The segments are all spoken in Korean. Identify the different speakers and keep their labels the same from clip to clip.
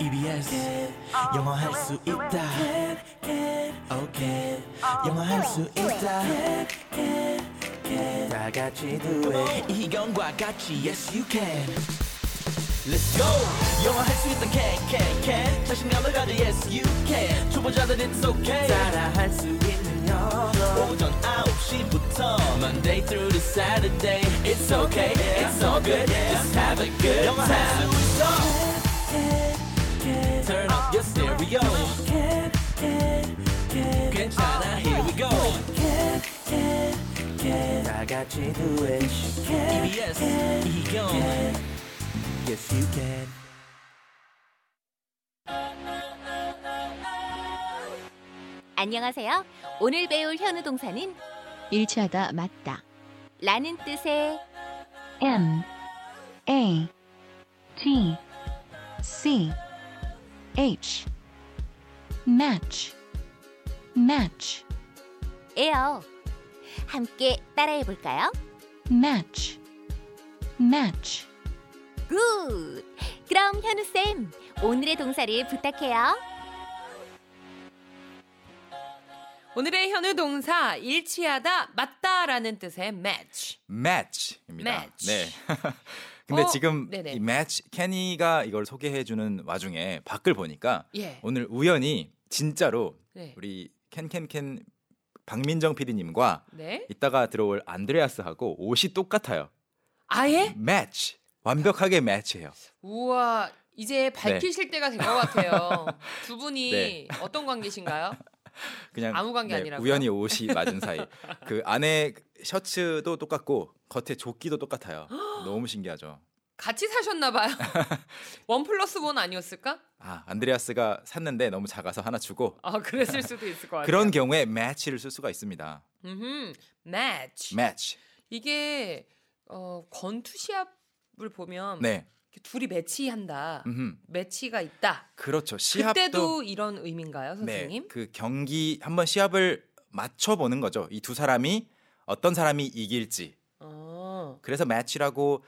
Speaker 1: EBS 영어 할 수 있다 오케이 영어 할 수 있다 다 같이 do it 이희경과 같이 yes you can Let's go 영어 할 수 있다 can can can 자신감을 가져 yes you can 초보자들 it's okay 따라 할 수 있는 영어 오전 9시부터 Monday through to Saturday It's okay it's all good just have a good time 영어 할수 있어 Turn up your stereo. 괜찮아, here we go. 다 같이 do it. EBS, 이경. Yes, you can.
Speaker 2: 안녕하세요. 오늘 배울 현우 동사는
Speaker 3: 일치하다 맞다
Speaker 2: 라는 뜻의
Speaker 3: M A T C H match match
Speaker 2: 에요. 함께 따라해 볼까요?
Speaker 3: match match
Speaker 2: 굿! 그럼 현우쌤, 오늘의 동사를 부탁해요.
Speaker 4: 오늘의 현우 동사 일치하다 맞다라는 뜻의 match.
Speaker 5: match입니다.
Speaker 4: Match.
Speaker 5: 네. 근데
Speaker 4: 어,
Speaker 5: 지금
Speaker 4: 네네.
Speaker 5: 이 match 캐니가 이걸 소개해 주는 와중에 밖을 보니까
Speaker 4: 예.
Speaker 5: 오늘 우연히 진짜로
Speaker 4: 네.
Speaker 5: 우리 캔캔캔 박민정 PD님과
Speaker 4: 네.
Speaker 5: 이따가 들어올 안드레아스하고 옷이 똑같아요.
Speaker 4: 아예?
Speaker 5: 음. match 완벽하게 매치해요.
Speaker 4: 우와. 이제 밝히실 때가 된 것 같아요. 두 분이
Speaker 5: 네.
Speaker 4: 어떤 관계신가요?
Speaker 5: 그냥 네,
Speaker 4: 아무 관계 아니라고요?
Speaker 5: 우연히 옷이 맞은 사이 그 안에 셔츠도 똑같고 겉에 조끼도 똑같아요. 너무 신기하죠.
Speaker 4: 같이 사셨나 봐요. 원 플러스 원 아니었을까?
Speaker 5: 아 안드레아스가 샀는데 너무 작아서 하나 주고
Speaker 4: 아, 그랬을 수도 있을 것 같아요.
Speaker 5: 그런 경우에 매치를 쓸 수가 있습니다.
Speaker 4: 음. match.
Speaker 5: 매치.
Speaker 4: 이게 어, 권투 시합을 보면
Speaker 5: 네.
Speaker 4: 이렇게 둘이 매치한다.
Speaker 5: 음흠.
Speaker 4: 매치가 있다.
Speaker 5: 그렇죠. 시합도
Speaker 4: 그때도 이런 의미인가요, 선생님?
Speaker 5: 네. 그 경기 한번 시합을 맞춰 보는 거죠. 이 두 사람이 어떤 사람이 이길지.
Speaker 4: 어.
Speaker 5: 그래서 매치라고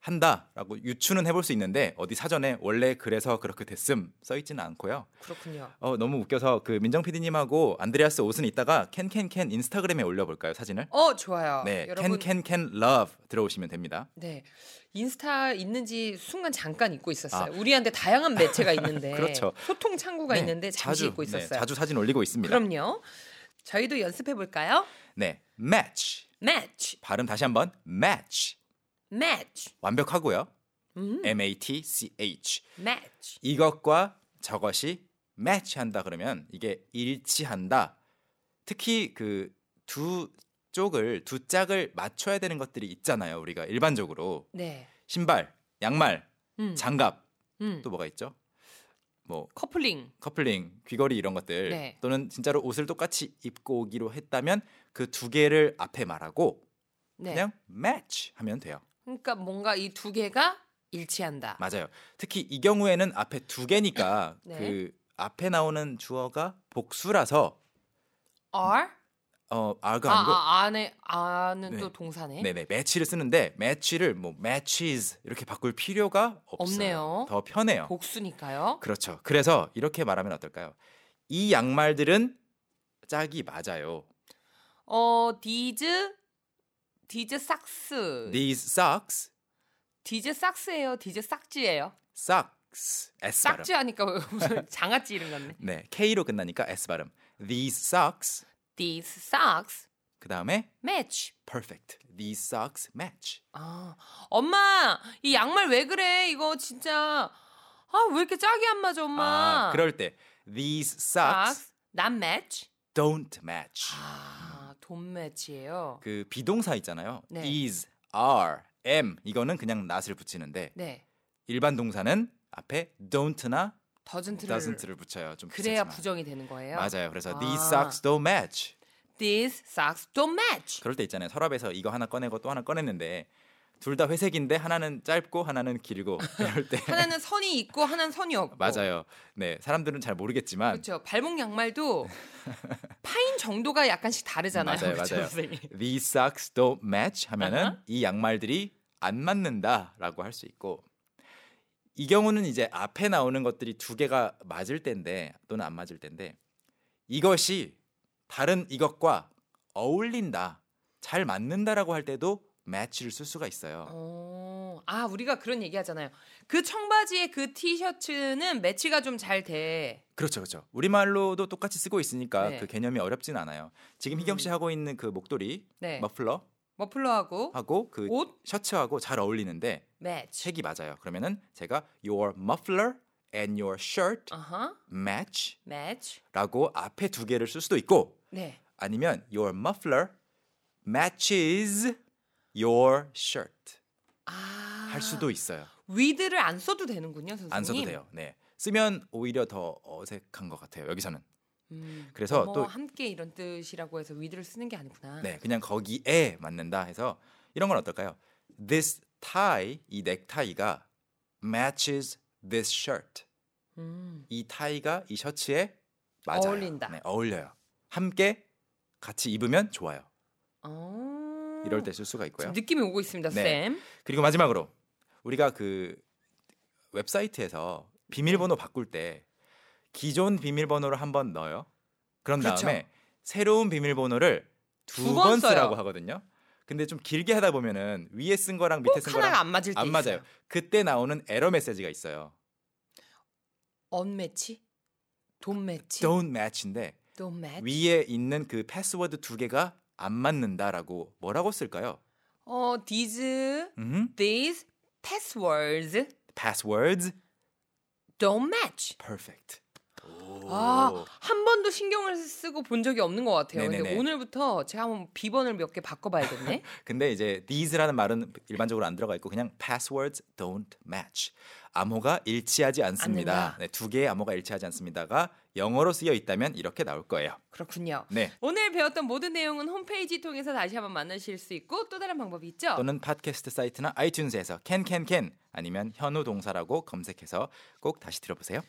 Speaker 5: 한다라고 유추는 해볼 수 있는데 어디 사전에 원래 그래서 그렇게 됐음 써 있지는 않고요.
Speaker 4: 그렇군요.
Speaker 5: 어 너무 웃겨서 그 민정 PD님하고 안드레아스 옷은 이따가 캔캔캔 인스타그램에 올려볼까요 사진을?
Speaker 4: 어, 좋아요.
Speaker 5: 네,
Speaker 4: 여러분
Speaker 5: 캔캔캔 러브 들어오시면 됩니다.
Speaker 4: 네. 인스타 있는지 순간 잠깐 잊고 있었어요.
Speaker 5: 아.
Speaker 4: 우리한테 다양한 매체가 있는데
Speaker 5: 그렇죠.
Speaker 4: 소통 창구가
Speaker 5: 네,
Speaker 4: 있는데 잠시 잊고
Speaker 5: 네,
Speaker 4: 있었어요.
Speaker 5: 자주 사진 올리고 있습니다.
Speaker 4: 그럼요. 저희도 연습해 볼까요?
Speaker 5: 네, match
Speaker 4: match,
Speaker 5: 발음 다시 한번 match
Speaker 4: match,
Speaker 5: 완벽하고요.
Speaker 4: 음,
Speaker 5: M A T C H
Speaker 4: match.
Speaker 5: 이것과 저것이 매치한다 그러면 이게 일치한다. 특히 그 두 쪽을 두 짝을 맞춰야 되는 것들이 있잖아요. 우리가 일반적으로
Speaker 4: 네.
Speaker 5: 신발, 양말,
Speaker 4: 음,
Speaker 5: 장갑
Speaker 4: 음.
Speaker 5: 또 뭐가 있죠? 뭐
Speaker 4: 커플링.
Speaker 5: 커플링, 귀걸이 이런 것들
Speaker 4: 네.
Speaker 5: 또는 진짜로 옷을 똑같이 입고 오기로 했다면 그 두 개를 앞에 말하고
Speaker 4: 네.
Speaker 5: 그냥 매치 하면 돼요.
Speaker 4: 그러니까 뭔가 이 두 개가 일치한다.
Speaker 5: 맞아요. 특히 이 경우에는 앞에 두 개니까
Speaker 4: 네.
Speaker 5: 그 앞에 나오는 주어가 복수라서
Speaker 4: are
Speaker 5: 어
Speaker 4: 아,
Speaker 5: r가 아니고
Speaker 4: 아 안에 아는
Speaker 5: 네.
Speaker 4: 또 동사네.
Speaker 5: 네네 매치를 쓰는데 매치를 뭐 matches 이렇게 바꿀 필요가 없어요.
Speaker 4: 없네요.
Speaker 5: 더 편해요.
Speaker 4: 복수니까요.
Speaker 5: 그렇죠. 그래서 이렇게 말하면 어떨까요? 이 양말들은 짝이 맞아요.
Speaker 4: 어, 디즈 디즈 삭스.
Speaker 5: These socks,
Speaker 4: 디즈 삭스예요. 디즈 삭지예요.
Speaker 5: socks, s 발음.
Speaker 4: 삭지 하니까 무슨 장아찌 이름 같네.
Speaker 5: 네, K로 끝나니까 S 발음. These socks
Speaker 4: These socks
Speaker 5: 그 다음에
Speaker 4: match.
Speaker 5: perfect. These socks match.
Speaker 4: 아, 엄마 이 양말 왜 그래? 이거 진짜 아 왜 이렇게 짝이 안 맞아, 엄마?
Speaker 5: 아, 그럴 때 these socks
Speaker 4: socks 난 match.
Speaker 5: don't match.
Speaker 4: 아, 돈 매치예요.
Speaker 5: 그 비동사 있잖아요.
Speaker 4: 네.
Speaker 5: is, are, am 이거는 그냥 not을 붙이는데
Speaker 4: 네,
Speaker 5: 일반 동사는 앞에 don't나
Speaker 4: 더즌트를
Speaker 5: doesn't를 붙여요. 좀
Speaker 4: 그래야
Speaker 5: 귀찮지만.
Speaker 4: 부정이 되는 거예요.
Speaker 5: 맞아요. 그래서
Speaker 4: 아.
Speaker 5: these socks don't match.
Speaker 4: These socks don't match.
Speaker 5: 그럴 때 있잖아요. 서랍에서 이거 하나 꺼내고 또 하나 꺼냈는데 둘 다 회색인데 하나는 짧고 하나는 길고 이럴 때
Speaker 4: 하나는 선이 있고 하나는 선이 없고.
Speaker 5: 맞아요. 네, 사람들은 잘 모르겠지만
Speaker 4: 그렇죠. 발목 양말도 파인 정도가 약간씩 다르잖아요.
Speaker 5: 맞아요,
Speaker 4: 그렇죠,
Speaker 5: 맞아요.
Speaker 4: 선생님?
Speaker 5: these socks don't match 하면은
Speaker 4: 아하.
Speaker 5: 이 양말들이 안 맞는다라고 할 수 있고 이 경우는 이제 앞에 나오는 것들이 두 개가 맞을 때인데 또는 안 맞을 때인데 이것이 다른 이것과 어울린다, 잘 맞는다라고 할 때도 match를 쓸 수가 있어요.
Speaker 4: 어, 아 우리가 그런 얘기 하잖아요. 그 청바지에 그 티셔츠는 매치가 좀 잘 돼.
Speaker 5: 그렇죠, 그렇죠. 우리 말로도 똑같이 쓰고 있으니까
Speaker 4: 네.
Speaker 5: 그 개념이 어렵진 않아요. 지금 희경 씨
Speaker 4: 음.
Speaker 5: 하고 있는 그 목도리,
Speaker 4: 네.
Speaker 5: 머플러
Speaker 4: 머플러하고
Speaker 5: 하고 그
Speaker 4: 옷
Speaker 5: 셔츠하고 잘 어울리는데
Speaker 4: 매치.
Speaker 5: 색이 맞아요. 그러면은 제가 your muffler and your shirt
Speaker 4: 아하
Speaker 5: match
Speaker 4: 매치.
Speaker 5: 라고 앞에 두 개를 쓸 수도 있고
Speaker 4: 네.
Speaker 5: 아니면 your muffler matches your shirt
Speaker 4: 아.
Speaker 5: 할 수도 있어요.
Speaker 4: 위드를 안 써도 되는군요, 선생님.
Speaker 5: 안 써도 돼요. 네. 쓰면 오히려 더 어색한 것 같아요. 여기서는.
Speaker 4: 음,
Speaker 5: 그래서
Speaker 4: 뭐뭐와
Speaker 5: 또-
Speaker 4: 함께 이런 뜻이라고 해서 위드를 쓰는 게 아니구나.
Speaker 5: 네. 그냥 거기에 맞는다 해서 이런 건 어떨까요? This tie 이 넥타이가 matches this shirt.
Speaker 4: 음.
Speaker 5: 이 타이가 이 셔츠에 맞아요.
Speaker 4: 어울린다.
Speaker 5: 네, 어울려요. 함께 같이 입으면 좋아요.
Speaker 4: 어.
Speaker 5: 이럴 때 쓸 수가 있고요.
Speaker 4: 지금 느낌이 오고 있습니다,
Speaker 5: 네.
Speaker 4: 쌤.
Speaker 5: 그리고 마지막으로 우리가 그 웹사이트에서
Speaker 4: 네.
Speaker 5: 비밀번호 바꿀 때 기존 비밀번호를 한 번 넣어요. 그런
Speaker 4: 그렇죠.
Speaker 5: 다음에 새로운 비밀번호를 두
Speaker 4: 두번
Speaker 5: 번
Speaker 4: 써요.
Speaker 5: 쓰라고 하거든요. 근데 좀 길게 하다 보면은 위에 쓴 거랑 밑에 쓴
Speaker 4: 하나가
Speaker 5: 거랑
Speaker 4: 안 맞을 때
Speaker 5: 안 맞아요.
Speaker 4: 있어요.
Speaker 5: 그때 나오는 에러 메시지가 있어요.
Speaker 4: 언매치, 돈매치,
Speaker 5: Don't match인데
Speaker 4: 돈매치.
Speaker 5: 위에 있는 그 패스워드 두 개가 안 맞는다라고 뭐라고 쓸까요?
Speaker 4: 어, these,
Speaker 5: 음?
Speaker 4: these passwords
Speaker 5: Passwords
Speaker 4: don't match.
Speaker 5: perfect. 오.
Speaker 4: 아, 한 번도 신경을 쓰고 본 적이 없는 것 같아요. 근데
Speaker 5: 네네네.
Speaker 4: 오늘부터 제가 한번 비번을 몇 개 바꿔봐야겠네.
Speaker 5: 근데 이제 these라는 말은 일반적으로 안 들어가 있고 그냥 passwords don't match. 암호가 일치하지 않습니다.
Speaker 4: 않는다.
Speaker 5: 네, 두 개의 암호가 일치하지 않습니다가 영어로 쓰여 있다면 이렇게 나올 거예요.
Speaker 4: 그렇군요.
Speaker 5: 네.
Speaker 4: 오늘 배웠던 모든 내용은 홈페이지 통해서 다시 한번 만나실 수 있고 또 다른 방법이 있죠.
Speaker 5: 또는 팟캐스트 사이트나 아이튠즈에서 캔캔캔 아니면 현우 동사라고 검색해서 꼭 다시 들어보세요.